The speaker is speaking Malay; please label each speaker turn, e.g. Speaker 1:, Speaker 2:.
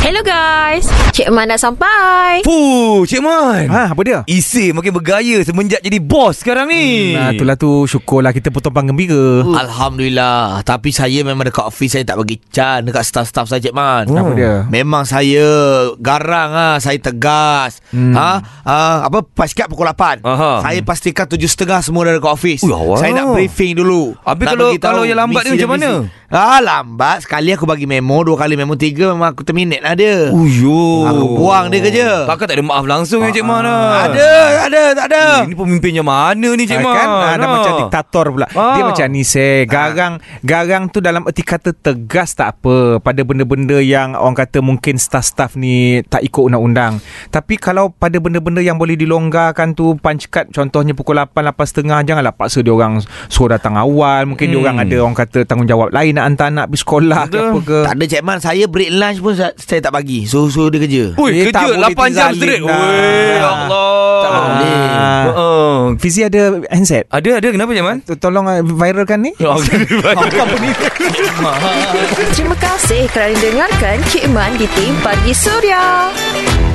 Speaker 1: Hello guys Cik Man dah sampai
Speaker 2: Fuh, Cik Man. Ha?
Speaker 3: Ha, apa dia?
Speaker 2: Isi makin bergaya semenjak jadi bos sekarang ni.
Speaker 3: Hmm, Nah, itulah tu syukurlah kita potong pang gembira.
Speaker 2: Hmm.
Speaker 4: Hmm. Alhamdulillah Tapi saya memang dekat office Saya tak bagi can Dekat staff-staff saya Cik Man
Speaker 3: Oh.
Speaker 2: Hmm.
Speaker 3: Apa dia?
Speaker 4: Memang saya Garang lah Saya tegas hmm. ha? ha? Apa Pascat pukul
Speaker 2: Aha.
Speaker 4: 8
Speaker 2: Hmm.
Speaker 4: Saya pastikan 7.30 Semua dah dekat office
Speaker 2: Ui, awak.
Speaker 4: Saya nak briefing dulu
Speaker 2: Habis
Speaker 4: Nak
Speaker 2: kalau-
Speaker 4: bagi tahu
Speaker 2: kalau yang lambat ni
Speaker 4: misi dan
Speaker 2: macam mana?
Speaker 4: misi. Ah, Lambat Sekali aku bagi memo Dua kali memo Tiga memang aku terminate lah dia
Speaker 2: Uyo.
Speaker 4: Aku buang dia kerja.
Speaker 2: Takkan Uhuh. tak ada maaf langsung ya Cik Man. ah.
Speaker 4: Ada Ada Tak ada
Speaker 2: Eh, Ini pemimpinnya mana ni Cik Man?
Speaker 3: kan? Ha, dah
Speaker 2: Ah.
Speaker 3: macam diktator pula.
Speaker 2: Ah.
Speaker 3: Dia macam ni se garang garang tu dalam erti kata tegas tak apa pada benda-benda yang orang kata mungkin staff-staff ni tak ikut undang-undang. Tapi kalau pada benda-benda yang boleh dilonggarkan tu punch card contohnya pukul 8 8.30 janganlah paksa dia orang suruh datang awal. Mungkin hmm. dia orang ada orang kata tanggungjawab lain nak hantar anak pergi sekolah ke apa ke.
Speaker 4: Tak ada Cik Man Saya break lunch pun Saya, saya tak bagi Suruh-suruh dia kerja
Speaker 2: Ui,
Speaker 3: Dia tak
Speaker 2: kerja
Speaker 3: boleh
Speaker 2: 8 jam
Speaker 3: terzalim
Speaker 2: straight.
Speaker 3: dah.
Speaker 2: Weh, Allah.
Speaker 4: Tak boleh.
Speaker 3: Ah.
Speaker 2: Heeh.
Speaker 3: Fizi ada handset?
Speaker 2: Ada ada kenapa Cik Man?
Speaker 3: To- Tolong uh, viralkan ni.
Speaker 2: Ya, okay.
Speaker 1: Terima kasih kerana dengarkan Cik Man di Tim Pagi Surya